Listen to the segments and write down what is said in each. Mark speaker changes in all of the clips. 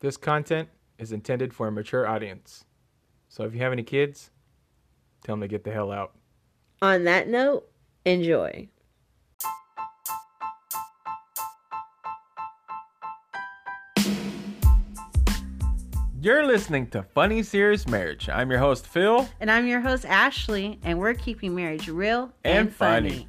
Speaker 1: This content is intended for a mature audience. So if you have any kids, tell them to get the hell out.
Speaker 2: On that note, enjoy.
Speaker 1: You're listening to Funny Serious Marriage. I'm your host, Phil.
Speaker 3: And I'm your host, Ashley, and we're keeping marriage real
Speaker 1: And
Speaker 3: and,
Speaker 1: funny.
Speaker 3: funny.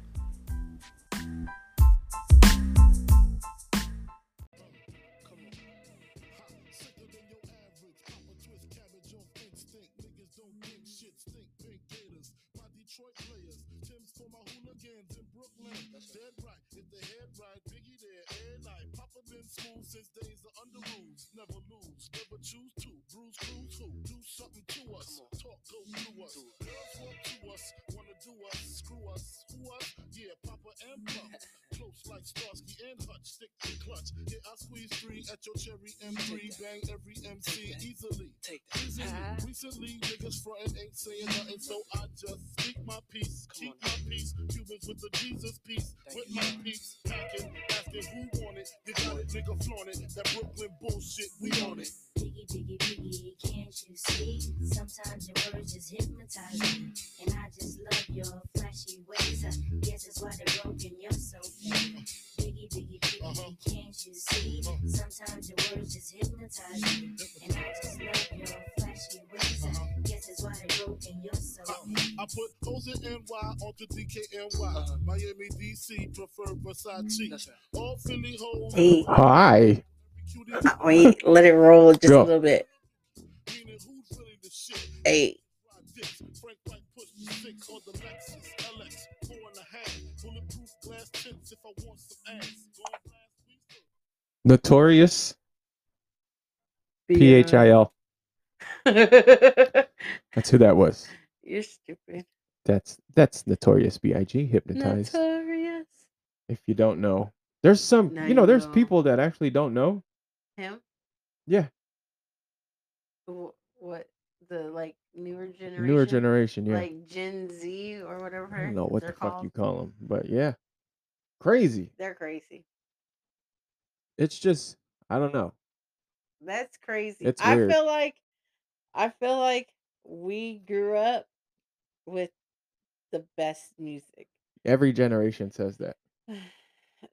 Speaker 4: Biggie, biggie, biggie, can't you see? Sometimes your words just hypnotize me. And I just love your flashy ways. I guess that's why they're broken, you're so mean. Biggie, biggie, biggie, can't you see? Sometimes your words just hypnotize me. And I just love your flashy ways. I guess that's why they're broken, you're so mean.
Speaker 5: I put O's and NY onto DKNY. Miami, DC, prefer Versace. All Philly hoes,
Speaker 2: Hey,
Speaker 6: Hi.
Speaker 5: cuties,
Speaker 2: wait, let it roll just
Speaker 6: Go.
Speaker 2: a little bit.
Speaker 5: meaning who's really the shit?
Speaker 2: Hey,
Speaker 5: Ride dicks. Frank White push the six on the Lexus LX, four and a half. Bulletproof glass tips if I want some ass. Gone last week.
Speaker 6: Notorious P H I L. That's who that was.
Speaker 2: You're stupid.
Speaker 6: That's that's Notorious B I G hypnotized.
Speaker 2: Notorious.
Speaker 6: if you don't know, there's some
Speaker 2: Now
Speaker 6: you know
Speaker 2: you
Speaker 6: there's
Speaker 2: know.
Speaker 6: people that actually don't know.
Speaker 3: Him?
Speaker 6: Yeah.
Speaker 3: Wh- What the like newer generation?
Speaker 6: Newer generation, yeah.
Speaker 3: Like Gen Z or whatever.
Speaker 6: I don't know what
Speaker 3: they're
Speaker 6: the fuck
Speaker 3: called.
Speaker 6: you call them, but yeah, crazy.
Speaker 3: They're crazy.
Speaker 6: It's just I don't know.
Speaker 3: That's crazy.
Speaker 6: It's
Speaker 3: I
Speaker 6: weird.
Speaker 3: feel like I feel like we grew up with the best music.
Speaker 6: Every generation says that.
Speaker 3: N-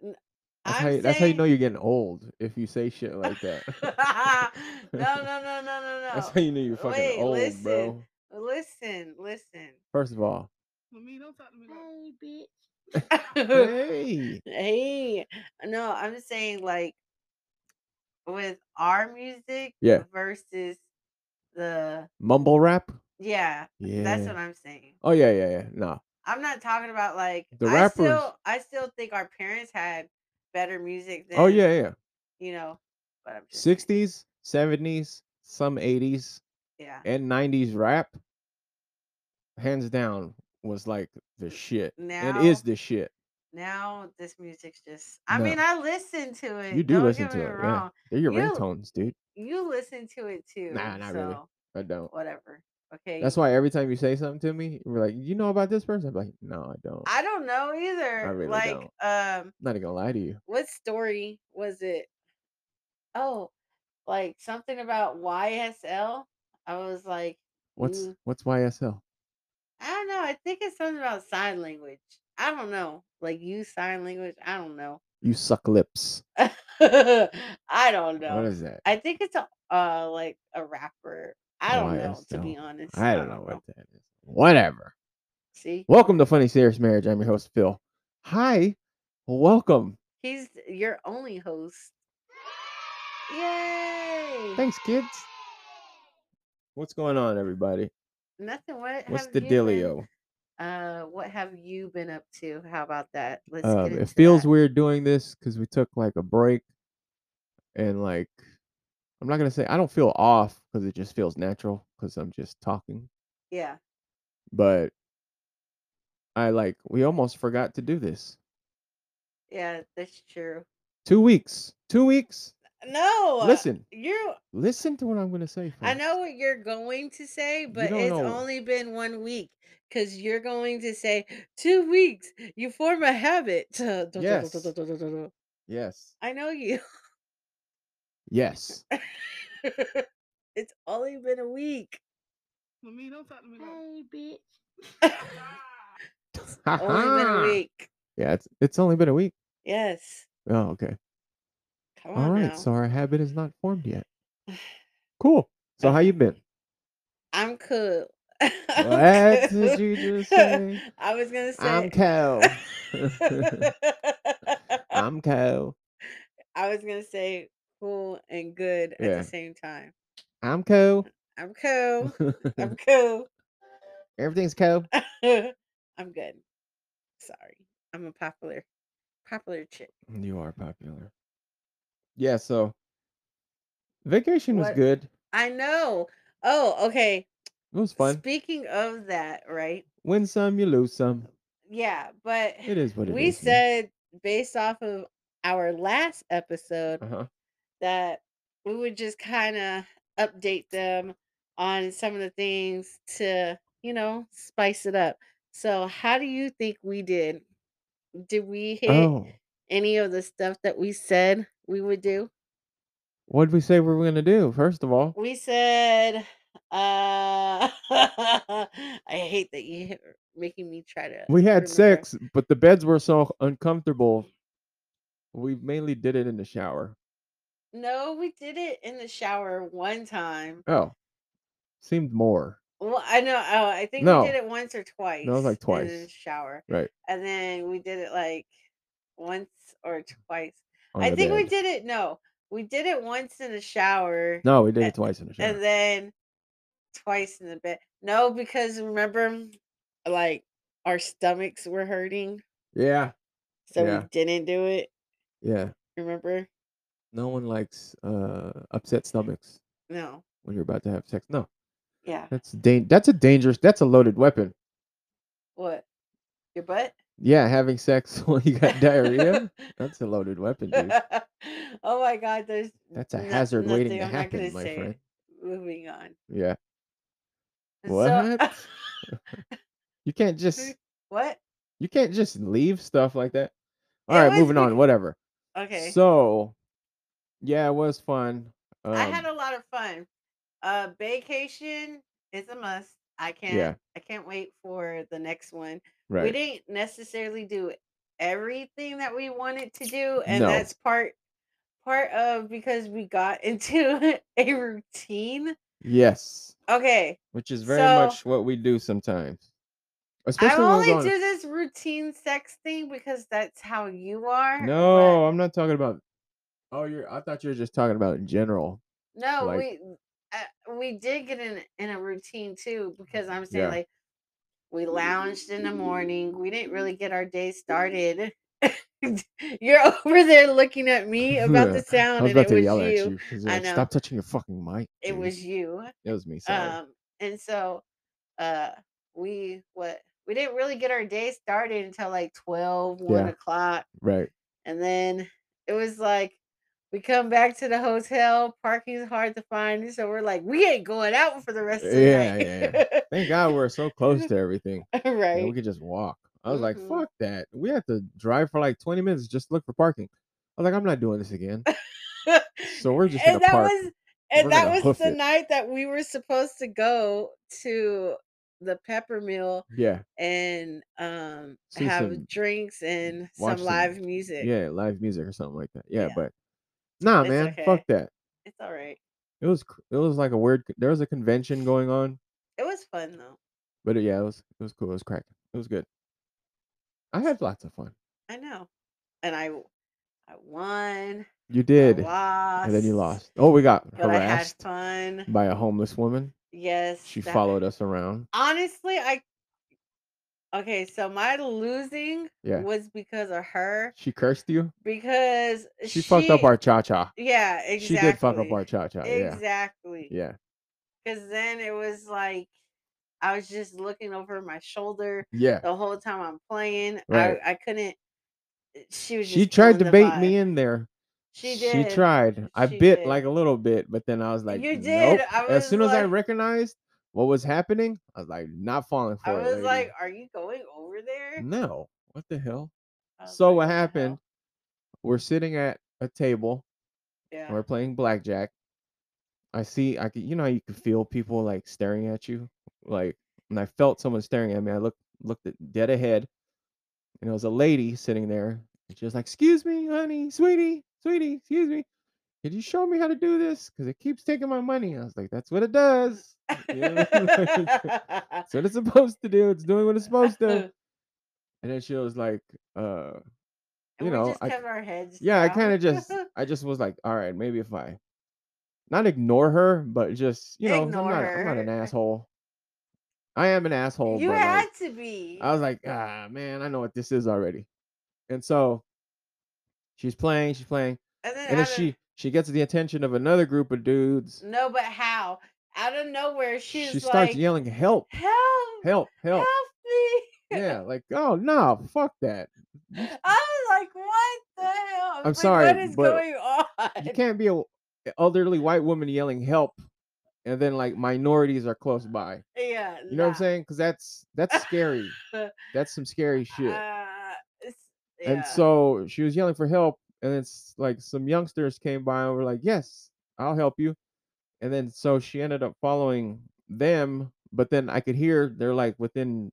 Speaker 6: That's,
Speaker 3: I'm
Speaker 6: how you, that's how you know
Speaker 3: saying-
Speaker 6: you're getting old if you say shit like that.
Speaker 3: no, no, no, no, no,
Speaker 6: That's
Speaker 3: no.
Speaker 6: how you know you're fucking
Speaker 3: Wait,
Speaker 6: old,
Speaker 3: listen.
Speaker 6: bro.
Speaker 3: Listen, listen.
Speaker 6: First of all,
Speaker 5: Mommy, don't talk to me. like-
Speaker 4: Hey, bitch.
Speaker 6: hey,
Speaker 3: hey, no, I'm just saying, like, with our music
Speaker 6: Yeah.
Speaker 3: versus the,
Speaker 6: mumble rap.
Speaker 3: yeah,
Speaker 6: Yeah.
Speaker 3: that's what I'm saying.
Speaker 6: oh yeah, yeah, yeah. No,
Speaker 3: I'm not talking about like
Speaker 6: The
Speaker 3: I
Speaker 6: rappers.
Speaker 3: still, I still think our parents had better music than
Speaker 6: Oh yeah, yeah.
Speaker 3: you know, but I'm just saying,
Speaker 6: Sixties, seventies, some eighties,
Speaker 3: yeah.
Speaker 6: and nineties rap, hands down, was like the shit.
Speaker 3: Now-
Speaker 6: it is the shit.
Speaker 3: Now this music's just. I
Speaker 6: No.
Speaker 3: mean, I listen to it.
Speaker 6: You do
Speaker 3: don't
Speaker 6: listen
Speaker 3: get
Speaker 6: to
Speaker 3: me
Speaker 6: it, yeah.
Speaker 3: Wrong.
Speaker 6: They're your
Speaker 3: You-
Speaker 6: ringtones, dude.
Speaker 3: You listen to it too.
Speaker 6: Nah, not
Speaker 3: so,
Speaker 6: really. I don't.
Speaker 3: Whatever. Okay.
Speaker 6: That's why every time you say something to me, you're like, "You know about this person?" I'm like, "No, I don't."
Speaker 3: I don't know either.
Speaker 6: really
Speaker 3: like, um,
Speaker 6: not even gonna lie to you.
Speaker 3: what story was it? Oh, like something about YSL. I was like,
Speaker 6: What's
Speaker 3: Mm.
Speaker 6: what's YSL?
Speaker 3: I don't know. I think it's something about sign language. I don't know. Like you sign language. I don't know.
Speaker 6: You suck lips.
Speaker 3: I don't know.
Speaker 6: What is that?
Speaker 3: I think it's a uh like a rapper. I don't know, to be
Speaker 6: YSL.
Speaker 3: honest.
Speaker 6: I don't know what that is. Whatever.
Speaker 3: See,
Speaker 6: Welcome to Funny Serious Marriage. I'm your host Phil. Hi, welcome.
Speaker 3: he's your only host. Yay!
Speaker 6: Thanks, kids. What's going on, everybody?
Speaker 3: Nothing. What?
Speaker 6: What's
Speaker 3: have
Speaker 6: the
Speaker 3: you been-
Speaker 6: dealio?
Speaker 3: uh, what have you been up to? How about that? Let's.
Speaker 6: Um,
Speaker 3: get
Speaker 6: it
Speaker 3: into
Speaker 6: feels
Speaker 3: that.
Speaker 6: weird doing this because we took like a break, and like I'm not gonna say I don't feel off because it just feels natural because I'm just talking.
Speaker 3: Yeah.
Speaker 6: But I like we almost forgot to do this.
Speaker 3: Yeah, that's true.
Speaker 6: Two weeks. Two weeks.
Speaker 3: No.
Speaker 6: Listen.
Speaker 3: You.
Speaker 6: Listen to what I'm gonna say.
Speaker 3: I
Speaker 7: Hmm.
Speaker 6: first.
Speaker 3: know what you're going to say, but
Speaker 6: don't
Speaker 3: it's
Speaker 6: know.
Speaker 3: only been one week because you're going to say two weeks. You form a habit.
Speaker 6: Yes. Yes.
Speaker 3: I know you.
Speaker 6: Yes.
Speaker 2: it's only been a week.
Speaker 4: me, don't talk to me.
Speaker 5: Hey, bitch.
Speaker 2: Only
Speaker 7: Uh-huh.
Speaker 2: been a week.
Speaker 7: Yeah, it's it's only been a week.
Speaker 2: Yes.
Speaker 7: Oh, okay.
Speaker 3: Come
Speaker 2: Oh,
Speaker 3: on
Speaker 7: All right.
Speaker 3: now.
Speaker 7: So our habit is not formed yet. Cool. So how you been?
Speaker 3: I'm cool.
Speaker 7: What did you just say?
Speaker 3: I was gonna say Oh.
Speaker 7: I'm Cal. I'm Cal.
Speaker 3: I was gonna say cool and good at
Speaker 7: Yeah.
Speaker 3: the same time.
Speaker 7: I'm Cal.
Speaker 3: I'm cool. I'm cool.
Speaker 7: Everything's Cal.
Speaker 3: I'm good. Sorry. I'm a popular popular chick.
Speaker 6: You are popular.
Speaker 7: Yeah. So vacation was
Speaker 3: What-
Speaker 7: good.
Speaker 3: I know. Oh, okay.
Speaker 7: It was fun.
Speaker 3: Speaking of that, right?
Speaker 7: Win some, you lose some.
Speaker 3: Yeah, but
Speaker 7: It is what it is.
Speaker 3: we said based off of our last episode
Speaker 7: Uh huh.
Speaker 3: that we would just kind of update them on some of the things to, you know, spice it up. So, how do you think we did? Did we hit
Speaker 7: Oh,
Speaker 3: any of the stuff that we said we would do?
Speaker 7: what did we say we were gonna do? First of all,
Speaker 3: We said, uh, I hate that you're making me try to.
Speaker 7: we had
Speaker 3: remember.
Speaker 7: sex, but the beds were so uncomfortable. We mainly did it in the shower.
Speaker 3: No, we did it in the shower one time.
Speaker 7: Oh, seemed more
Speaker 3: Well, I know. Oh, I think
Speaker 7: No.
Speaker 3: we did it once or twice.
Speaker 7: like,
Speaker 3: In the
Speaker 7: twice.
Speaker 3: shower.
Speaker 7: Right.
Speaker 3: And then we did it like once or
Speaker 7: Mm.
Speaker 3: twice.
Speaker 7: on
Speaker 3: I
Speaker 7: the
Speaker 3: think we
Speaker 7: bed.
Speaker 3: did it. No, we did it once in the shower.
Speaker 7: No, we did
Speaker 3: a-
Speaker 7: it twice in the shower.
Speaker 3: And then twice in the bed. No, because remember, like our stomachs were hurting,
Speaker 7: yeah,
Speaker 3: so
Speaker 7: Yeah.
Speaker 3: we didn't do it.
Speaker 7: yeah.
Speaker 3: Remember?
Speaker 7: No one likes uh upset stomachs
Speaker 3: No.
Speaker 7: when you're about to have sex. No,
Speaker 3: Yeah.
Speaker 7: that's dan- That's a dangerous. That's a loaded weapon.
Speaker 3: What? Your butt?
Speaker 7: Yeah, having sex when you got diarrhea. That's a loaded weapon, dude.
Speaker 3: oh my God! There's
Speaker 7: That's a
Speaker 3: no-
Speaker 7: hazard waiting
Speaker 3: nothing
Speaker 7: to
Speaker 3: I'm not
Speaker 7: happen,
Speaker 3: gonna
Speaker 7: my
Speaker 3: say.
Speaker 7: friend.
Speaker 3: Moving on.
Speaker 7: Yeah.
Speaker 3: So-
Speaker 7: What? You can't just
Speaker 3: what?
Speaker 7: you can't just leave stuff like that. All
Speaker 3: It
Speaker 7: right,
Speaker 3: was
Speaker 7: moving
Speaker 3: bec-
Speaker 7: on. Whatever.
Speaker 3: Okay.
Speaker 7: So, yeah, it was fun. Um,
Speaker 3: I had a lot of fun. Uh, vacation is a must. I can't.
Speaker 7: Yeah.
Speaker 3: I can't wait for the next one. We
Speaker 7: right.
Speaker 3: didn't necessarily do everything that we wanted to do, and
Speaker 7: No.
Speaker 3: that's part part of because we got into a routine.
Speaker 7: yes,
Speaker 3: Okay,
Speaker 7: which is very
Speaker 3: So-
Speaker 7: much what we do sometimes.
Speaker 3: I
Speaker 7: Especially when
Speaker 3: only
Speaker 7: we're
Speaker 3: do
Speaker 7: going-
Speaker 3: this routine sex thing because that's how you are. but-
Speaker 7: No, I'm not talking about. Oh, you're. I thought you were just talking about in general.
Speaker 3: No,
Speaker 7: Like-
Speaker 3: we uh, we did get in in a routine too because I'm saying
Speaker 7: Yeah.
Speaker 3: like we lounged in the morning. We didn't really get our day started. You're over there looking at me about the
Speaker 7: I
Speaker 3: sound,
Speaker 7: was
Speaker 3: and
Speaker 7: about
Speaker 3: it
Speaker 7: to
Speaker 3: was
Speaker 7: yell at
Speaker 3: you.
Speaker 7: you. 'cause you're
Speaker 3: I
Speaker 7: like,
Speaker 3: know.
Speaker 7: Stop touching your fucking mic.
Speaker 3: It
Speaker 7: dude."
Speaker 3: was you.
Speaker 7: It was me. Sorry.
Speaker 3: Um, and so, uh, we what we didn't really get our day started until like 12, 1
Speaker 7: Yeah.
Speaker 3: o'clock,
Speaker 7: right.
Speaker 3: and then it was like. We come back to the hotel. Parking's hard to find, so we're like, we ain't going out for the rest of the
Speaker 7: Yeah,
Speaker 3: night.
Speaker 7: yeah, Thank God we're so close to everything.
Speaker 3: right.
Speaker 7: and we could just walk. I was like,
Speaker 3: Mhm.
Speaker 7: fuck that. We had to drive for like 20 minutes just to look for parking. I was like, I'm not doing this again. So we're just
Speaker 3: and
Speaker 7: gonna
Speaker 3: that
Speaker 7: park.
Speaker 3: was and
Speaker 7: We're
Speaker 3: that
Speaker 7: gonna
Speaker 3: was
Speaker 7: hoof
Speaker 3: the
Speaker 7: it.
Speaker 3: night that we were supposed to go to the pepper mill
Speaker 7: yeah,
Speaker 3: and um
Speaker 7: See
Speaker 3: have
Speaker 7: some-
Speaker 3: drinks and
Speaker 7: watch
Speaker 3: some
Speaker 7: some-
Speaker 3: live music.
Speaker 7: yeah, live music or something like that. Yeah,
Speaker 3: Yeah.
Speaker 7: but nah,
Speaker 3: It's
Speaker 7: man,
Speaker 3: okay.
Speaker 7: fuck that.
Speaker 3: It's all right.
Speaker 7: It was cr- it was like a weird. There was a convention going on,
Speaker 3: It was fun though.
Speaker 7: but uh, yeah, it was it was cool. It was cracking. It was good. I had lots of fun.
Speaker 3: I know. And I w- I won.
Speaker 7: You did,
Speaker 3: I lost.
Speaker 7: and then you lost. Oh, we got
Speaker 3: But I had
Speaker 7: harassed
Speaker 3: fun.
Speaker 7: by a homeless woman.
Speaker 3: Yes.
Speaker 7: She
Speaker 3: that-
Speaker 7: followed us around.
Speaker 3: Honestly, I Okay, so my losing
Speaker 7: Yeah.
Speaker 3: was because of her
Speaker 7: She cursed you.
Speaker 3: because
Speaker 7: She, fucked up our cha cha.
Speaker 3: Yeah, exactly.
Speaker 7: She did fuck up our cha cha. Yeah,
Speaker 3: Exactly.
Speaker 7: yeah.
Speaker 3: Because then it was like I was just looking over my shoulder
Speaker 7: Yeah.
Speaker 3: the whole time I'm playing.
Speaker 7: Right.
Speaker 3: I, I couldn't. eh, She was. Just
Speaker 7: She tried
Speaker 3: killing
Speaker 7: to
Speaker 3: the
Speaker 7: bait
Speaker 3: vibe.
Speaker 7: me in there.
Speaker 3: She did.
Speaker 7: She tried. I
Speaker 3: She
Speaker 7: bit
Speaker 3: did.
Speaker 7: like a little bit, but then I was like,
Speaker 3: You
Speaker 7: "Nope."
Speaker 3: did. I was
Speaker 7: as soon as I
Speaker 3: like-
Speaker 7: recognized what was happening, I was like, not falling for
Speaker 3: I
Speaker 7: it.
Speaker 3: was
Speaker 7: lady."
Speaker 3: like, "Are you going over there?"
Speaker 7: no. What the hell?
Speaker 3: I was
Speaker 7: So
Speaker 3: like,
Speaker 7: what
Speaker 3: the hell?"
Speaker 7: happened? We're sitting at a table.
Speaker 3: Yeah.
Speaker 7: and we're playing blackjack. I see, I could, you know, how you can feel people like staring at you. Like, and I felt someone staring at me. I looked, looked at dead ahead, and it was a lady sitting there. And she was like, "Excuse me, honey, sweetie, sweetie, excuse me. Could you show me how to do this? Because it keeps taking my money." I was like, "That's what it does. You know? That's what it's supposed to do. It's doing what it's supposed to." And then she was like, "Uh."
Speaker 3: And we
Speaker 7: you know,
Speaker 3: just
Speaker 7: I-
Speaker 3: cover our heads.
Speaker 7: yeah i
Speaker 3: down.
Speaker 7: kind of just i just was like all right maybe if i not ignore her but just you know I'm not,
Speaker 3: Ignore
Speaker 7: I'm not an
Speaker 3: her.
Speaker 7: asshole i am an asshole
Speaker 3: you
Speaker 7: Oh, but,
Speaker 3: had
Speaker 7: like,
Speaker 3: to be.
Speaker 7: i was like ah man i know what this is already and so she's playing she's playing
Speaker 3: and then,
Speaker 7: and
Speaker 3: out
Speaker 7: then
Speaker 3: of-
Speaker 7: she she gets the attention of another group of dudes
Speaker 3: no, but how? Out of nowhere, she's
Speaker 7: she starts
Speaker 3: Mm, like,
Speaker 7: yelling help
Speaker 3: "Help!
Speaker 7: help help
Speaker 3: me!"
Speaker 7: yeah like oh no fuck that
Speaker 3: I was like, "What the hell?" I was like,
Speaker 7: sorry,
Speaker 3: what is
Speaker 7: but
Speaker 3: going on?
Speaker 7: you can't be a elderly white woman yelling help and then like minorities are close by
Speaker 3: yeah,
Speaker 7: You know what I'm saying? Because that's that's scary. that's some scary shit.
Speaker 3: Uh, it's, yeah.
Speaker 7: And so she was yelling for help, and then s- like some youngsters came by and were like, "Yes, I'll help you." And then so she ended up following them, but then I could hear they're like within,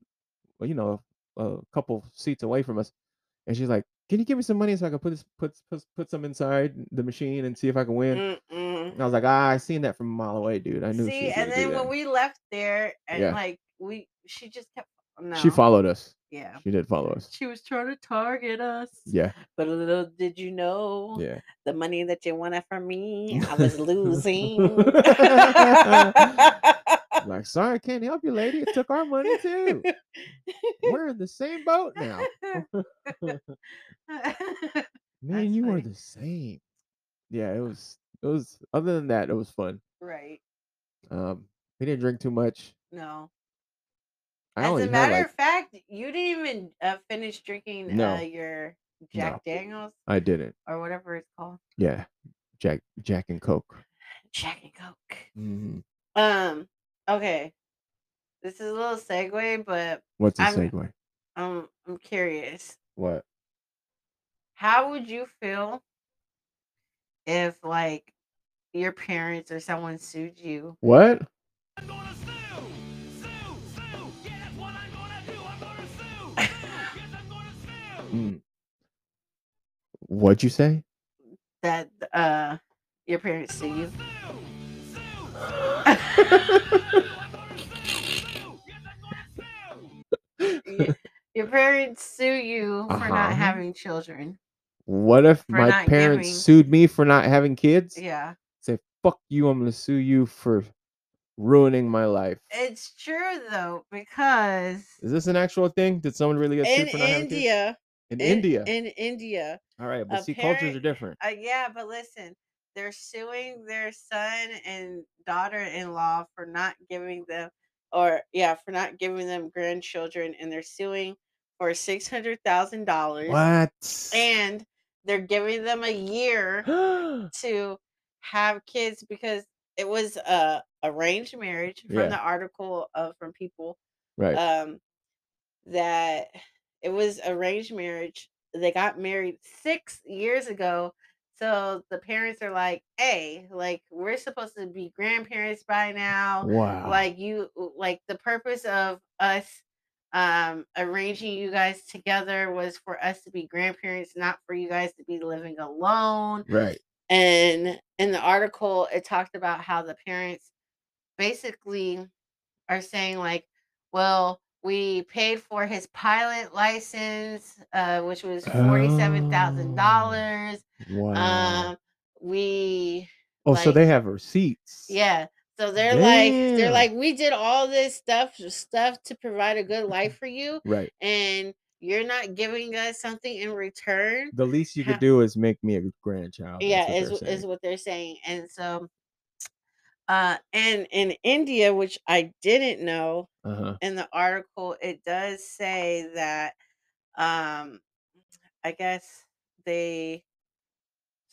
Speaker 7: well, you know, a couple seats away from us, and she's like, "Can you give me some money so I can put this put put put some inside the machine and see if I can win?"
Speaker 3: Mm-mm.
Speaker 7: And I was like, "Ah, I seen that from a mile away, dude. I knew." she
Speaker 3: Mm. See,
Speaker 7: was
Speaker 3: and
Speaker 7: gonna do
Speaker 3: then when
Speaker 7: that."
Speaker 3: we left there, and
Speaker 7: Yeah.
Speaker 3: like we, she just kept. No.
Speaker 7: she followed us,
Speaker 3: Yeah.
Speaker 7: she did follow us.
Speaker 3: She was trying to target us.
Speaker 7: Yeah,
Speaker 3: But little did you know,
Speaker 7: yeah.
Speaker 3: the money that you wanted from me, I was losing.
Speaker 7: like, sorry, I can't help you, lady. It took our money too. We're in the same boat now. Me
Speaker 3: That's
Speaker 7: and you are
Speaker 3: funny.
Speaker 7: the same. Yeah, it was. It was. Other than that, it was fun.
Speaker 3: right.
Speaker 7: Um, we didn't drink too much.
Speaker 3: No.
Speaker 7: I
Speaker 3: As
Speaker 7: only
Speaker 3: a
Speaker 7: had
Speaker 3: matter
Speaker 7: like.
Speaker 3: of fact, you didn't even uh, finish drinking
Speaker 7: No.
Speaker 3: uh, your Jack Daniels
Speaker 7: I didn't.
Speaker 3: or whatever it's called.
Speaker 7: Yeah, Jack, Jack and Coke.
Speaker 3: Jack and Coke.
Speaker 7: Mm-hmm.
Speaker 3: Um, okay. This is a little segue, but
Speaker 7: What's the
Speaker 3: I'm-
Speaker 7: segue?
Speaker 3: um, I'm curious.
Speaker 7: What?
Speaker 3: how would you feel if like your parents or someone sued you
Speaker 7: What?
Speaker 4: I'm gonna sue, sue, sue. Yeah, that's what I'm gonna do. I'm gonna sue, sue. Yes, I'm gonna sue.
Speaker 7: Mm. What'd you say?
Speaker 3: that uh your parents sue you Y- your parents sue you for
Speaker 7: Uh-huh.
Speaker 3: not having children
Speaker 7: What if
Speaker 3: For
Speaker 7: my
Speaker 3: not
Speaker 7: parents
Speaker 3: giving.
Speaker 7: sued me for not having kids?
Speaker 3: yeah
Speaker 7: say fuck you i'm gonna sue you for ruining my life
Speaker 3: it's true though because
Speaker 7: is this an actual thing did someone really get
Speaker 3: in
Speaker 7: sued for not having kids
Speaker 3: india
Speaker 7: in, india
Speaker 3: in india
Speaker 7: all right
Speaker 3: a
Speaker 7: but see cultures
Speaker 3: parent-
Speaker 7: are different
Speaker 3: uh, yeah but listen they're suing their son and daughter-in-law for not giving them or yeah for not giving them grandchildren and they're suing for six hundred thousand dollars
Speaker 7: what
Speaker 3: and they're giving them a year to have kids because it was a arranged marriage from
Speaker 7: Yeah.
Speaker 3: the article of from people
Speaker 7: right
Speaker 3: um that it was arranged marriage they got married six years ago so the parents are like hey like we're supposed to be grandparents by now
Speaker 7: wow
Speaker 3: like you like the purpose of us um arranging you guys together was for us to be grandparents not for you guys to be living alone
Speaker 7: right
Speaker 3: and in the article it talked about how the parents basically are saying like well we paid for his pilot license uh, which was
Speaker 7: Oh.
Speaker 3: $47000
Speaker 7: wow
Speaker 3: um, we
Speaker 7: oh so
Speaker 3: like-
Speaker 7: they have receipts
Speaker 3: yeah so they're like they're
Speaker 7: Damn.
Speaker 3: like we did all this stuff stuff to provide a good life for you
Speaker 7: right
Speaker 3: and you're not giving us something in return
Speaker 7: the least you
Speaker 3: Ha-
Speaker 7: could do is make me a grandchild That's
Speaker 3: yeah
Speaker 7: what
Speaker 3: is,
Speaker 7: they're
Speaker 3: wh- is
Speaker 7: saying.
Speaker 3: what they're saying and so uh and in india which i didn't know
Speaker 7: uh-huh
Speaker 3: in the article it does say that um i guess they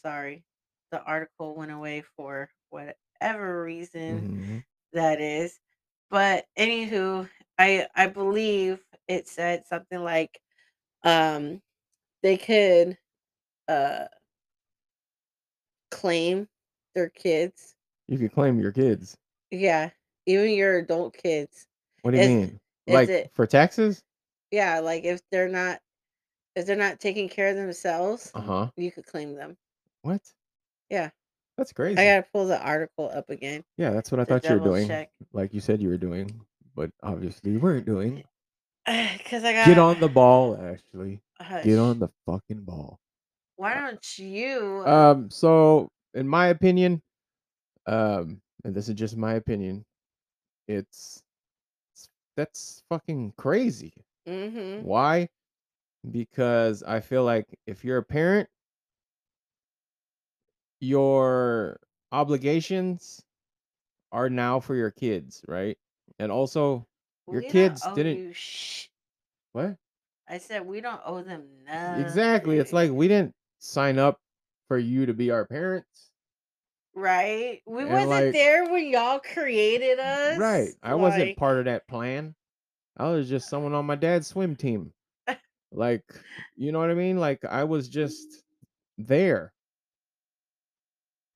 Speaker 3: sorry the article went away for whatever reason
Speaker 7: Mhm.
Speaker 3: that is. But anywho, I I believe it said something like um they could uh claim their kids
Speaker 7: You could claim your kids.
Speaker 3: Yeah. Even your adult kids.
Speaker 7: What do you
Speaker 3: Is-
Speaker 7: mean?
Speaker 3: is
Speaker 7: Like
Speaker 3: it-
Speaker 7: for taxes?
Speaker 3: Yeah, like if they're not if they're not taking care of themselves,
Speaker 7: Uh huh.
Speaker 3: you could claim them.
Speaker 7: What?
Speaker 3: Mm-hmm. Yeah.
Speaker 7: That's crazy.
Speaker 3: I gotta pull the article up again.
Speaker 7: yeah, that's what I
Speaker 3: to
Speaker 7: thought you were
Speaker 3: double
Speaker 7: doing.
Speaker 3: check.
Speaker 7: Like you said you were doing, but obviously you weren't doing.
Speaker 3: Cause I got
Speaker 7: Get on the ball, Ashley. Get
Speaker 3: Hush.
Speaker 7: on the fucking ball.
Speaker 3: Why don't you?
Speaker 7: Um, so in my opinion, um, and this is just my opinion, it's, it's that's fucking crazy.
Speaker 3: mm-hmm.
Speaker 7: Why? Because I feel like if you're a parent, your obligations are now for your kids, right? And also, your kids didn't-
Speaker 3: Sh-
Speaker 7: what?
Speaker 3: I said we don't owe them nothing.
Speaker 7: exactly. It's like we didn't sign up for you to be our parents.
Speaker 3: right. We
Speaker 7: and,
Speaker 3: wasn't
Speaker 7: like-
Speaker 3: there when y'all created us.
Speaker 7: Right. I wasn't
Speaker 3: like,
Speaker 7: part of that plan. I was just someone on my dad's swim team. like, you know what I mean? Like, I was just there.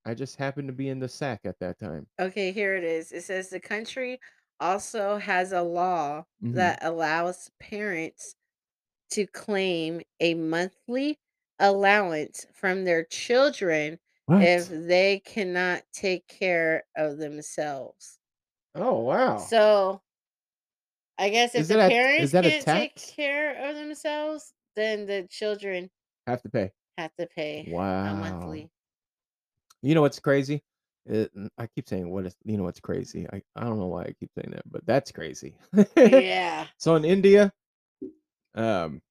Speaker 7: I just happened to be in the sack at that time.
Speaker 3: Okay, here it is. It says the country also has a law
Speaker 7: Mhm.
Speaker 3: that allows parents to claim a monthly allowance from their children
Speaker 7: What?
Speaker 3: if they cannot take care of themselves.
Speaker 7: oh wow.
Speaker 3: So I guess if
Speaker 7: Is
Speaker 3: the
Speaker 7: it a-
Speaker 3: parents
Speaker 7: is that a
Speaker 3: can't take
Speaker 7: tax?
Speaker 3: care of themselves, then the children
Speaker 7: Have to pay.
Speaker 3: have to pay a
Speaker 7: Wow.
Speaker 3: monthly.
Speaker 7: You know what's crazy? It, I keep saying what is you know what's crazy. I, I don't know why I keep saying that, but that's crazy.
Speaker 3: yeah.
Speaker 7: So in India, um,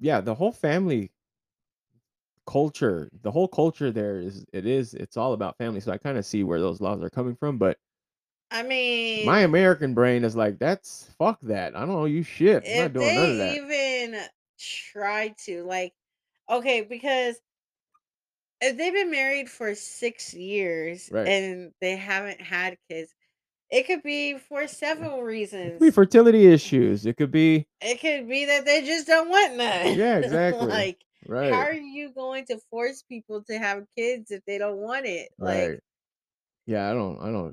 Speaker 7: yeah, the whole family culture, the whole culture there is it is it's all about family. So I kind of see where those laws are coming from, but
Speaker 3: I mean,
Speaker 7: my American brain is like, that's fuck that. I don't owe you shit. I'm
Speaker 3: if
Speaker 7: not doing none
Speaker 3: they
Speaker 7: of that.
Speaker 3: even try to, like, okay, because if they've been married for six years
Speaker 7: Right.
Speaker 3: and they haven't had kids, it could be for several reasons.
Speaker 7: It could be fertility issues. It could be
Speaker 3: it could be that they just don't want none.
Speaker 7: Yeah, exactly.
Speaker 3: like,
Speaker 7: right,
Speaker 3: how are you going to force people to have kids if they don't want it like
Speaker 7: right. Yeah, I don't, I don't.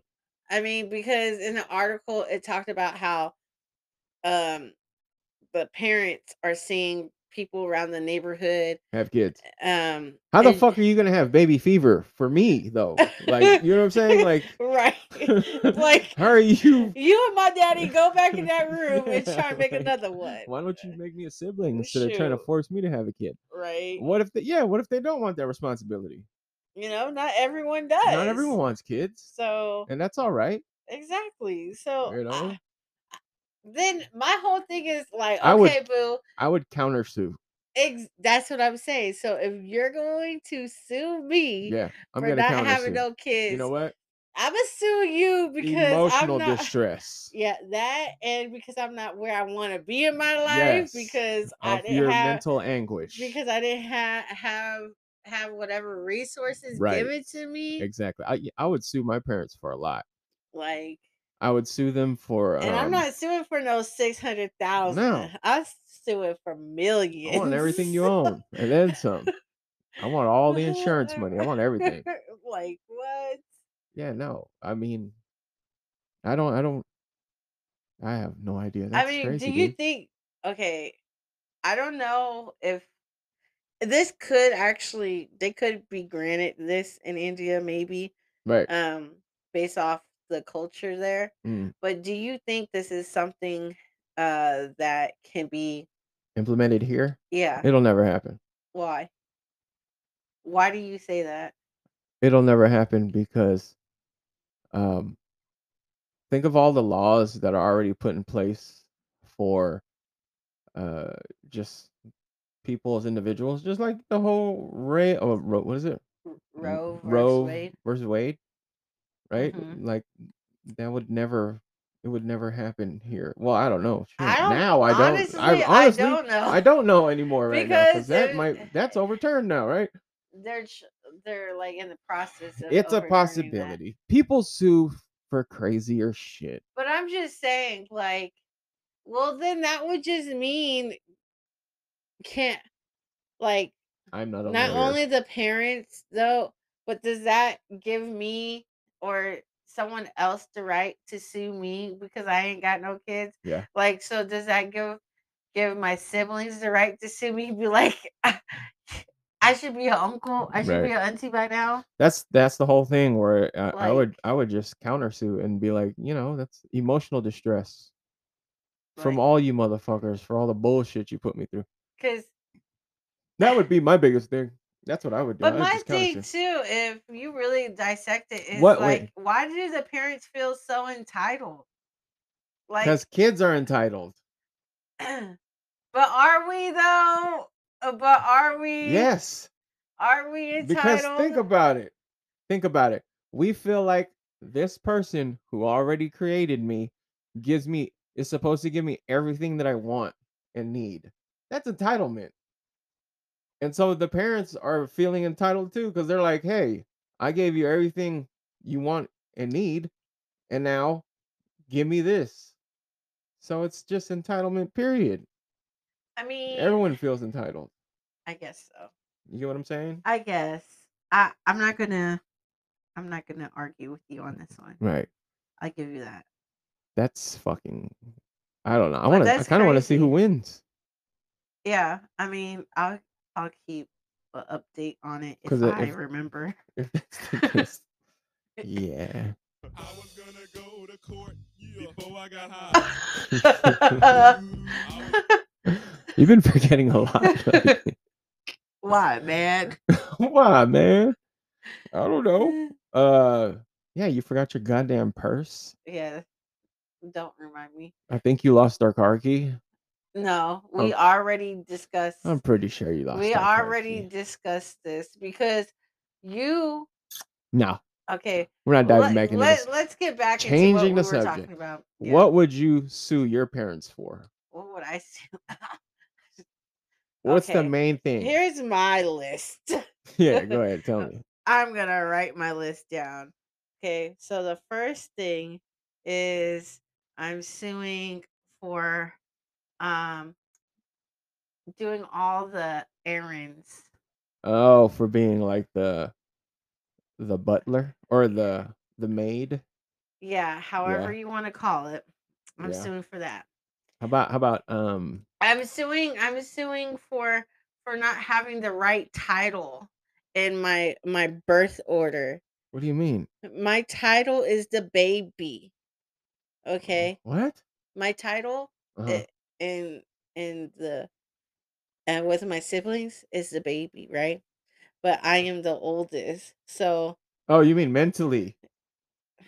Speaker 3: i mean because in the article it talked about how um the parents are seeing people around the neighborhood
Speaker 7: Have kids.
Speaker 3: um
Speaker 7: How the
Speaker 3: and-
Speaker 7: fuck are you gonna have baby fever for me though? Like, you know what I'm saying? Like,
Speaker 3: right like
Speaker 7: how are you
Speaker 3: you and my daddy go back in that room and try and make
Speaker 7: Like,
Speaker 3: another one
Speaker 7: Why don't you make me a sibling instead of trying to
Speaker 3: Shoot.
Speaker 7: force me to have a kid?
Speaker 3: right
Speaker 7: What if they, yeah, what if they don't want that responsibility?
Speaker 3: you know not everyone does
Speaker 7: Not everyone wants kids,
Speaker 3: so
Speaker 7: and that's all right.
Speaker 3: exactly so
Speaker 7: You know?
Speaker 3: I- then my whole thing is like,
Speaker 7: I would-
Speaker 3: okay, boo,
Speaker 7: I would counter sue.
Speaker 3: ex- that's what I'm saying. So if you're going to sue me
Speaker 7: Yeah, I'm
Speaker 3: for
Speaker 7: gonna
Speaker 3: not
Speaker 7: counter sue.
Speaker 3: having no kids,
Speaker 7: you know what?
Speaker 3: I'm gonna sue you because
Speaker 7: Emotional
Speaker 3: I'm not.
Speaker 7: distress.
Speaker 3: yeah, that and because I'm not where I want to be in my life
Speaker 7: Yes,
Speaker 3: because I
Speaker 7: Of
Speaker 3: didn't
Speaker 7: your
Speaker 3: have
Speaker 7: mental anguish.
Speaker 3: because I didn't have have have whatever resources
Speaker 7: Right.
Speaker 3: given to me,
Speaker 7: exactly, I I would sue my parents for a lot.
Speaker 3: like.
Speaker 7: I would sue them for. Um,
Speaker 3: And I'm not suing for no six hundred thousand.
Speaker 7: No.
Speaker 3: I'm suing for millions.
Speaker 7: I want everything you own and then some. I want all the insurance money. I want everything.
Speaker 3: like what?
Speaker 7: Yeah, no. I mean, I don't. I don't. I have no idea. That's
Speaker 3: I mean,
Speaker 7: crazy,
Speaker 3: do you
Speaker 7: dude.
Speaker 3: think? Okay, I don't know if this could actually they could be granted this in India, maybe,
Speaker 7: right?
Speaker 3: um, based off the culture there.
Speaker 7: Mm.
Speaker 3: But do you think this is something uh that can be?
Speaker 7: Implemented here,
Speaker 3: Yeah.
Speaker 7: it'll never happen.
Speaker 3: Why? Why do you say that?
Speaker 7: It'll never happen because, um, think of all the laws that are already put in place for, uh, just people as individuals, just like the whole Ray. Oh, Ro- what is it?
Speaker 3: R-
Speaker 7: r-
Speaker 3: Roe versus
Speaker 7: Roe
Speaker 3: Wade.
Speaker 7: versus Wade, right?
Speaker 3: Mhm.
Speaker 7: Like that would never, it would never happen here. Well, I don't know.
Speaker 3: I
Speaker 7: Shit,
Speaker 3: don't-
Speaker 7: now I don't.
Speaker 3: honestly,
Speaker 7: I,
Speaker 3: I
Speaker 7: honestly,
Speaker 3: don't know.
Speaker 7: I don't know anymore right now
Speaker 3: Because
Speaker 7: because that
Speaker 3: there's-
Speaker 7: might that's overturned now, right?
Speaker 3: They're ch- they're like in the process. Of
Speaker 7: It's a
Speaker 3: overturning that.
Speaker 7: possibility. People sue for crazier shit.
Speaker 3: But I'm just saying, like, well, then that would just mean can't like
Speaker 7: I'm not a
Speaker 3: not
Speaker 7: lawyer.
Speaker 3: only the parents though, But does that give me or someone else the right to sue me because I ain't got no kids?
Speaker 7: Yeah.
Speaker 3: Like, so does that give give my siblings the right to sue me? Be like, I should be an uncle. I should be an auntie by now.
Speaker 7: That's that's the whole thing where I, I would
Speaker 3: Like-
Speaker 7: I would just countersue and be like, you know, that's emotional distress from
Speaker 3: Like,
Speaker 7: all you motherfuckers for all the bullshit you put me through.
Speaker 3: Cause,
Speaker 7: That would be my biggest thing. That's what I would do. I
Speaker 3: but
Speaker 7: would
Speaker 3: my
Speaker 7: just
Speaker 3: thing
Speaker 7: countersue.
Speaker 3: too, if you really dissect it, is
Speaker 7: What- wait.
Speaker 3: like, why do the parents feel so entitled? Like,
Speaker 7: Because kids are entitled.
Speaker 3: but are we though? Uh, But are we?
Speaker 7: Yes.
Speaker 3: Are we entitled?
Speaker 7: Because think about it. Think about it. We feel like this person who already created me gives me is supposed to give me everything that I want and need. That's entitlement. And so the parents are feeling entitled too because they're like, "Hey, I gave you everything you want and need, and now give me this." So it's just entitlement period.
Speaker 3: I mean,
Speaker 7: Everyone feels entitled.
Speaker 3: I guess so.
Speaker 7: You get what I'm saying?
Speaker 3: I guess I. I'm not gonna. I'm not gonna argue with you on this one.
Speaker 7: Right.
Speaker 3: I give you that.
Speaker 7: That's fucking. I don't know. I
Speaker 3: But
Speaker 7: want to. I
Speaker 3: that's
Speaker 7: kind of want to see who
Speaker 3: crazy.
Speaker 7: wins
Speaker 3: Yeah. I mean, I'll. I'll keep an update on it if
Speaker 7: 'Cause, uh,
Speaker 3: I
Speaker 7: if-
Speaker 3: remember.
Speaker 7: if that's the case. yeah.
Speaker 4: I was gonna go to court before I got high.
Speaker 5: Uh,
Speaker 3: Why,
Speaker 7: You've been forgetting a lot. lately.
Speaker 3: man?
Speaker 7: Why, man? I don't know.
Speaker 3: Eh.
Speaker 7: Uh, yeah, you forgot your goddamn purse.
Speaker 3: Yeah. Don't remind me.
Speaker 7: I think you lost our car key.
Speaker 3: No,
Speaker 7: Oh.
Speaker 3: we already discussed.
Speaker 7: I'm pretty sure you lost.
Speaker 3: we
Speaker 7: our car
Speaker 3: already
Speaker 7: key.
Speaker 3: discussed this because you
Speaker 7: No,
Speaker 3: okay
Speaker 7: we're not diving
Speaker 3: let,
Speaker 7: back into this.
Speaker 3: us get back
Speaker 7: Changing
Speaker 3: into
Speaker 7: the
Speaker 3: what we were
Speaker 7: subject.
Speaker 3: talking about Yeah,
Speaker 7: What would you sue your parents for?
Speaker 3: what would i say
Speaker 7: What's the
Speaker 3: Okay,
Speaker 7: main thing?
Speaker 3: here's my list
Speaker 7: yeah, go ahead. Tell me.
Speaker 3: i'm gonna write my list down okay so the first thing is i'm suing for um doing all the errands
Speaker 7: Oh, for being like the the butler or the the maid.
Speaker 3: yeah however you want to call it i'm
Speaker 7: Yeah.
Speaker 3: suing for that
Speaker 7: How about how about um
Speaker 3: I'm suing. I'm suing for for not having the right title in my my birth order.
Speaker 7: what do you mean?
Speaker 3: My title is the baby.
Speaker 7: Mm-hmm.
Speaker 3: Okay, Eh,
Speaker 7: What?
Speaker 3: my title
Speaker 7: Uh-huh.
Speaker 3: i- in in the and with my siblings is the baby, right? But
Speaker 7: Mm.
Speaker 3: I am the oldest, so
Speaker 7: Oh, you
Speaker 3: eh,
Speaker 7: mean mentally.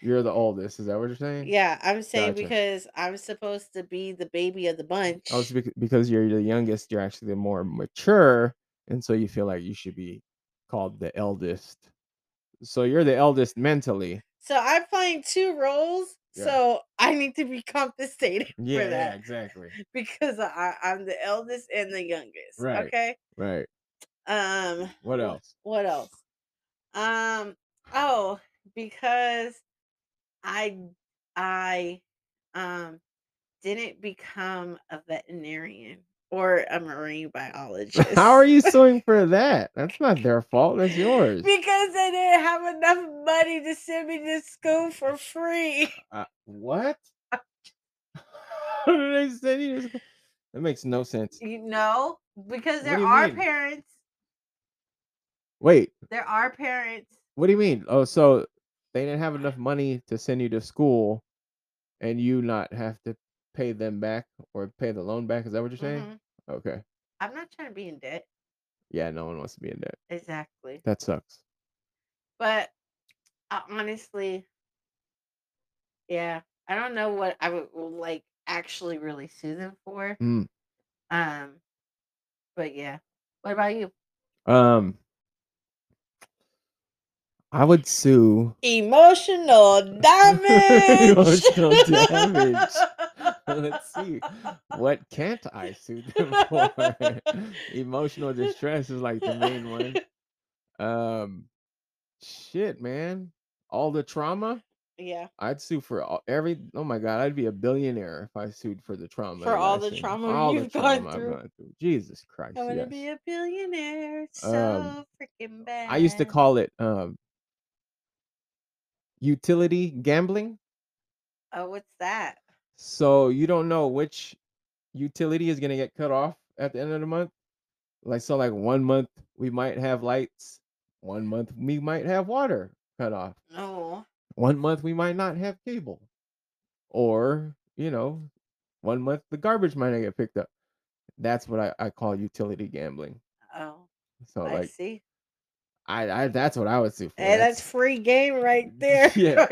Speaker 7: You're the oldest, is that what you're saying?
Speaker 3: yeah, I'm saying
Speaker 7: Mm. Gotcha.
Speaker 3: because I'm supposed to be the baby of the bunch.
Speaker 7: Oh, it's bec- because you're the youngest, you're actually the more mature, and so you feel like you should be called the eldest. So you're the eldest mentally.
Speaker 3: So I'm playing two roles.
Speaker 7: Yeah.
Speaker 3: So I need to be compensated
Speaker 7: Yeah,
Speaker 3: for that.
Speaker 7: yeah, exactly.
Speaker 3: because I, I'm the eldest and the youngest.
Speaker 7: Right.
Speaker 3: Okay.
Speaker 7: Right.
Speaker 3: Um.
Speaker 7: What else?
Speaker 3: What else? Um. Oh, because I I um didn't become a veterinarian or a marine biologist.
Speaker 7: How are you suing for that? That's not their fault. That's yours.
Speaker 3: Because they didn't have enough money to send me to school for free.
Speaker 7: Uh, what? How did I send you this? That makes no sense.
Speaker 3: You know, because
Speaker 7: What
Speaker 3: there
Speaker 7: do you
Speaker 3: are
Speaker 7: mean?
Speaker 3: parents.
Speaker 7: Wait,
Speaker 3: There are parents.
Speaker 7: what do you mean? Oh, so they didn't have enough money to send you to school, and you not have to pay them back or pay the loan back? Is that what you're saying?
Speaker 3: Mhm.
Speaker 7: Okay.
Speaker 3: I'm not trying to be in debt.
Speaker 7: Yeah, no one wants to be in debt.
Speaker 3: Exactly.
Speaker 7: That sucks.
Speaker 3: But I honestly, yeah, I don't know what I would will, like actually really sue them for.
Speaker 7: Mm.
Speaker 3: Um, but yeah, what about you?
Speaker 7: Um, I would sue.
Speaker 3: Emotional damage.
Speaker 7: Emotional damage. Let's see. What can't I sue them for? Emotional distress is like the main one. Um, shit, man. All the trauma.
Speaker 3: Yeah,
Speaker 7: I'd sue for all, every. Oh my god, I'd be a billionaire if I sued for the trauma.
Speaker 3: For
Speaker 7: that
Speaker 3: all
Speaker 7: I've
Speaker 3: the
Speaker 7: seen.
Speaker 3: trauma
Speaker 7: All the
Speaker 3: you've gone
Speaker 7: trauma I've
Speaker 3: through.
Speaker 7: gone through. Jesus Christ.
Speaker 3: I want to
Speaker 7: yes.
Speaker 3: be a billionaire so
Speaker 7: Um,
Speaker 3: freaking bad.
Speaker 7: I used to call it um utility gambling.
Speaker 3: Oh, what's that?
Speaker 7: So you don't know which utility is gonna get cut off at the end of the month. Like so, like one month we might have lights, one month we might have water cut off,
Speaker 3: Oh,
Speaker 7: one month we might not have cable, or you know, one month the garbage might not get picked up. That's what I, I call utility gambling.
Speaker 3: oh,
Speaker 7: So
Speaker 3: I
Speaker 7: like
Speaker 3: see.
Speaker 7: I, I that's what I would sue for.
Speaker 3: Hey, that's free game right there.
Speaker 7: Yeah.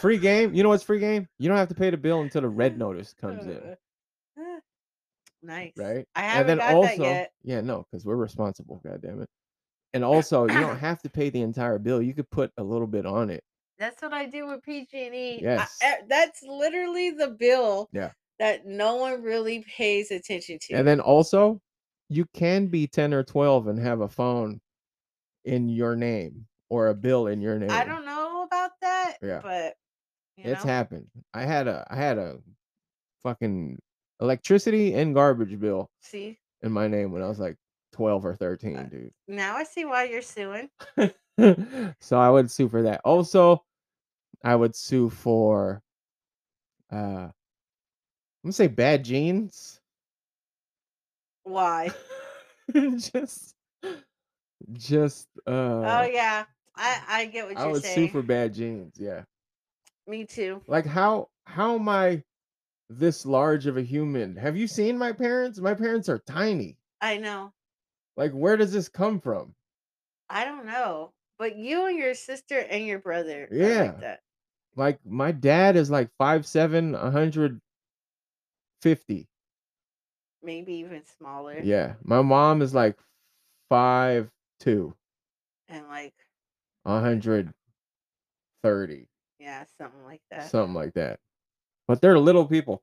Speaker 7: free game. You know what's free game? You don't have to pay the bill until the red notice comes in,
Speaker 3: in. Ah, Nice.
Speaker 7: right?
Speaker 3: I
Speaker 7: and
Speaker 3: haven't
Speaker 7: then
Speaker 3: got
Speaker 7: also,
Speaker 3: that yet.
Speaker 7: yeah, no, because we're responsible. God damn it. And also, you don't have to pay the entire bill. You could put a little bit on it.
Speaker 8: That's what I do with PG&E.
Speaker 7: Yes.
Speaker 3: Eh, That's literally the bill
Speaker 7: Yeah.
Speaker 3: that no one really pays attention to.
Speaker 7: And then also, you can be ten or twelve and have a phone in your name or a bill in your name.
Speaker 3: I don't know about that,
Speaker 7: Yeah.
Speaker 3: but you
Speaker 7: it's
Speaker 3: know,
Speaker 7: happened. I had a I had a fucking electricity and garbage bill
Speaker 3: see
Speaker 7: in my name when I was like twelve or thirteen,
Speaker 3: Uh,
Speaker 7: dude.
Speaker 3: now I see why you're suing.
Speaker 7: so I would sue for that. Also, I would sue for uh I'm gonna say bad genes.
Speaker 3: Why?
Speaker 7: just just uh
Speaker 3: oh yeah, I I get what
Speaker 7: I
Speaker 3: you're
Speaker 7: would
Speaker 3: saying.
Speaker 7: sue for bad genes, yeah.
Speaker 3: Me too.
Speaker 7: Like how how am I this large of a human? Have you seen my parents? My parents are tiny.
Speaker 3: I know.
Speaker 7: Like where does this come from?
Speaker 3: I don't know, but you and your sister and your brother. are
Speaker 7: Yeah.
Speaker 3: Like that.
Speaker 7: Like my dad is like five seven, hundred fifty.
Speaker 3: Maybe even smaller.
Speaker 7: Yeah, my mom is like five two,
Speaker 3: And like
Speaker 7: a hundred thirty,
Speaker 3: yeah, something like that.
Speaker 7: something like that. But they're little people,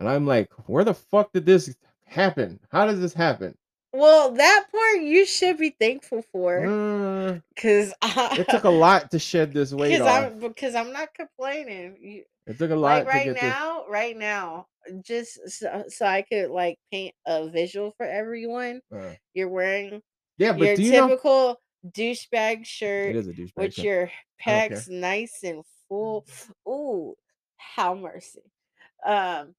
Speaker 7: and I'm like, where the fuck did this happen? How does this happen?
Speaker 3: well, that part you should be thankful for
Speaker 7: Uh,
Speaker 3: because
Speaker 7: it took a lot to shed this weight
Speaker 3: Because
Speaker 7: off.
Speaker 3: I'm because I'm not complaining. You,
Speaker 7: It took a
Speaker 3: like
Speaker 7: lot to
Speaker 3: right
Speaker 7: get this.
Speaker 3: now, right now, just so, so I could like paint a visual for everyone.
Speaker 7: Uh,
Speaker 3: You're wearing
Speaker 7: yeah, but
Speaker 3: your
Speaker 7: do you know?
Speaker 3: typical douchebag shirt
Speaker 7: It is a douchebag.
Speaker 3: with
Speaker 7: thing.
Speaker 3: your
Speaker 7: care.
Speaker 3: pecs nice and full.
Speaker 7: Mm-hmm.
Speaker 3: Ooh, how mercy. Um,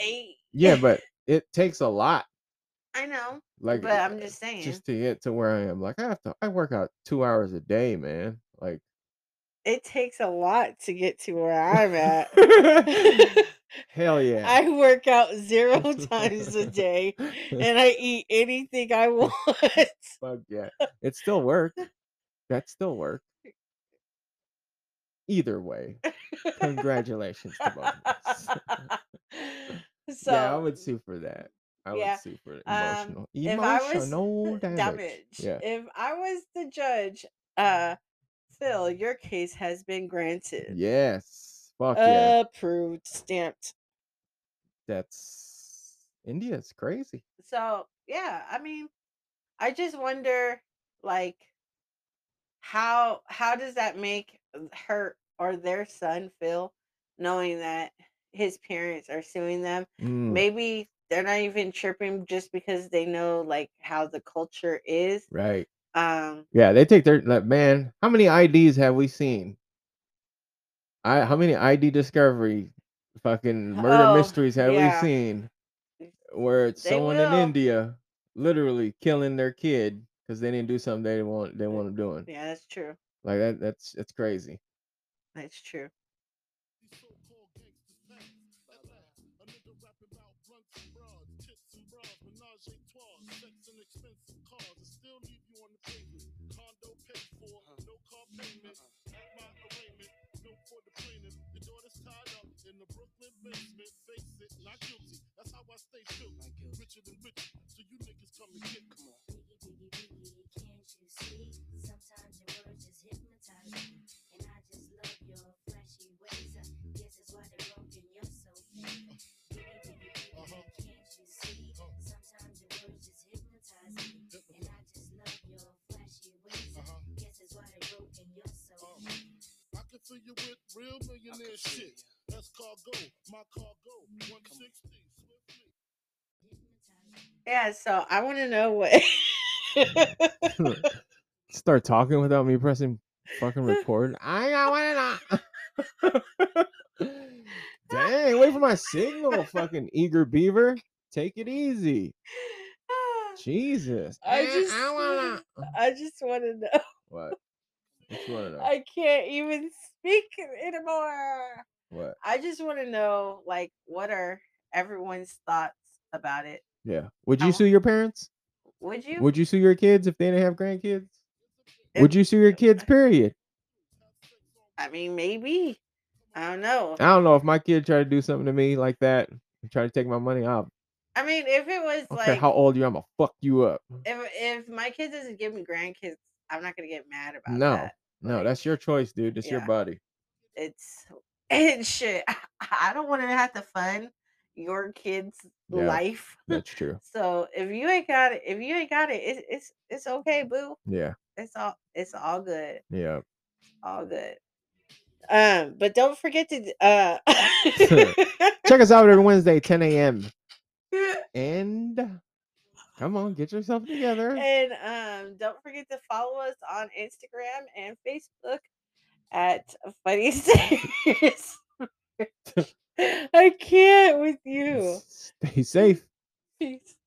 Speaker 3: eight.
Speaker 7: yeah, but it takes a lot.
Speaker 3: I know,
Speaker 7: Like,
Speaker 3: but I'm just saying.
Speaker 7: just to get to where I am. Like, I have to. I work out two hours a day, man. Like.
Speaker 3: it takes a lot to get to where I'm at.
Speaker 7: Hell yeah.
Speaker 3: I work out zero times a day and I eat anything I want.
Speaker 7: Fuck yeah. It still worked. That still worked. Either way, congratulations to both of us.
Speaker 3: so
Speaker 7: yeah, I would sue for that. I
Speaker 3: yeah,
Speaker 7: would sue for
Speaker 3: um,
Speaker 7: emotional,
Speaker 3: if I was-
Speaker 7: emotional damage. Yeah.
Speaker 3: If I was the judge, uh Phil, your case has been granted.
Speaker 7: Yes. Fuck
Speaker 3: Uh,
Speaker 7: yeah.
Speaker 3: Approved, stamped.
Speaker 7: That's India's crazy.
Speaker 3: So yeah, I mean, I just wonder like how how does that make her or their son feel knowing that his parents are suing them
Speaker 7: Mm,
Speaker 3: maybe they're not even chirping just because they know like how the culture is
Speaker 7: Right.
Speaker 3: um
Speaker 7: Yeah, they take their like, man. How many IDs have we seen? I how many ID discovery, fucking murder
Speaker 3: Oh,
Speaker 7: mysteries have
Speaker 3: yeah.
Speaker 7: we seen? Where it's
Speaker 3: They
Speaker 7: someone in
Speaker 3: will.
Speaker 7: India literally killing their kid because they didn't do something they didn't want they want them doing.
Speaker 3: yeah that's true
Speaker 7: Like that that's that's crazy.
Speaker 3: that's true
Speaker 4: Richer than rich, so you niggas come and get come on.
Speaker 5: Biggie, biggie, biggie, can't you see? Sometimes your words just hypnotize me, and I just love your flashy ways. Uh, Guess that's why they're broken, you're so mean. Biggie, biggie, biggie, can't you see? Sometimes your words just hypnotize me, and I just love your flashy ways. Uh, Guess that's why they're broken, you're so mean.
Speaker 4: I can fill you with real millionaire shit. That's cargo, my cargo, 160, swiftly.
Speaker 5: Hypnotize me.
Speaker 3: yeah so i want to know what
Speaker 7: start talking without me pressing fucking record. I got one and I. Dang, wait for my signal, fucking eager beaver. Take it easy. Jesus.
Speaker 9: I
Speaker 7: Eh,
Speaker 9: just
Speaker 7: wanna-
Speaker 9: I just want to know.
Speaker 7: What? What you wanna know?
Speaker 9: I can't even speak anymore.
Speaker 7: What?
Speaker 3: I just want to know, like, what are everyone's thoughts about it?
Speaker 7: Yeah. Would
Speaker 3: I
Speaker 7: you
Speaker 3: wa-
Speaker 7: sue your parents?
Speaker 3: Would you?
Speaker 7: Would you sue your kids if they didn't have grandkids? Would
Speaker 3: If-
Speaker 7: you sue your kids? Period.
Speaker 3: I mean, maybe. I don't know.
Speaker 7: I don't know if my kid tried to do something to me like that and try to take my money. I'll,
Speaker 3: I mean, if it was
Speaker 7: I don't care
Speaker 3: like,
Speaker 7: how old you, are, I'm gonna fuck you up.
Speaker 3: if if my kid doesn't give me grandkids, I'm not gonna get mad about
Speaker 7: No,
Speaker 3: that.
Speaker 7: no,
Speaker 3: like,
Speaker 7: that's your choice, dude. It's your
Speaker 3: yeah.
Speaker 7: body.
Speaker 3: It's and shit. I don't want to have to fund your kid's
Speaker 7: Yeah.
Speaker 3: life.
Speaker 7: That's true.
Speaker 3: So if you ain't got it, if you ain't got it, it's it's it's okay, boo.
Speaker 7: Yeah,
Speaker 3: It's all it's all good,
Speaker 7: yeah.
Speaker 3: all good.
Speaker 9: Um, but don't forget to d- uh
Speaker 7: Check us out every Wednesday, 10 a.m. And come on, get yourself together.
Speaker 3: And um, don't forget to follow us on Instagram and Facebook at Funny Stairs.
Speaker 9: I can't with you.
Speaker 7: Stay safe.
Speaker 3: Peace.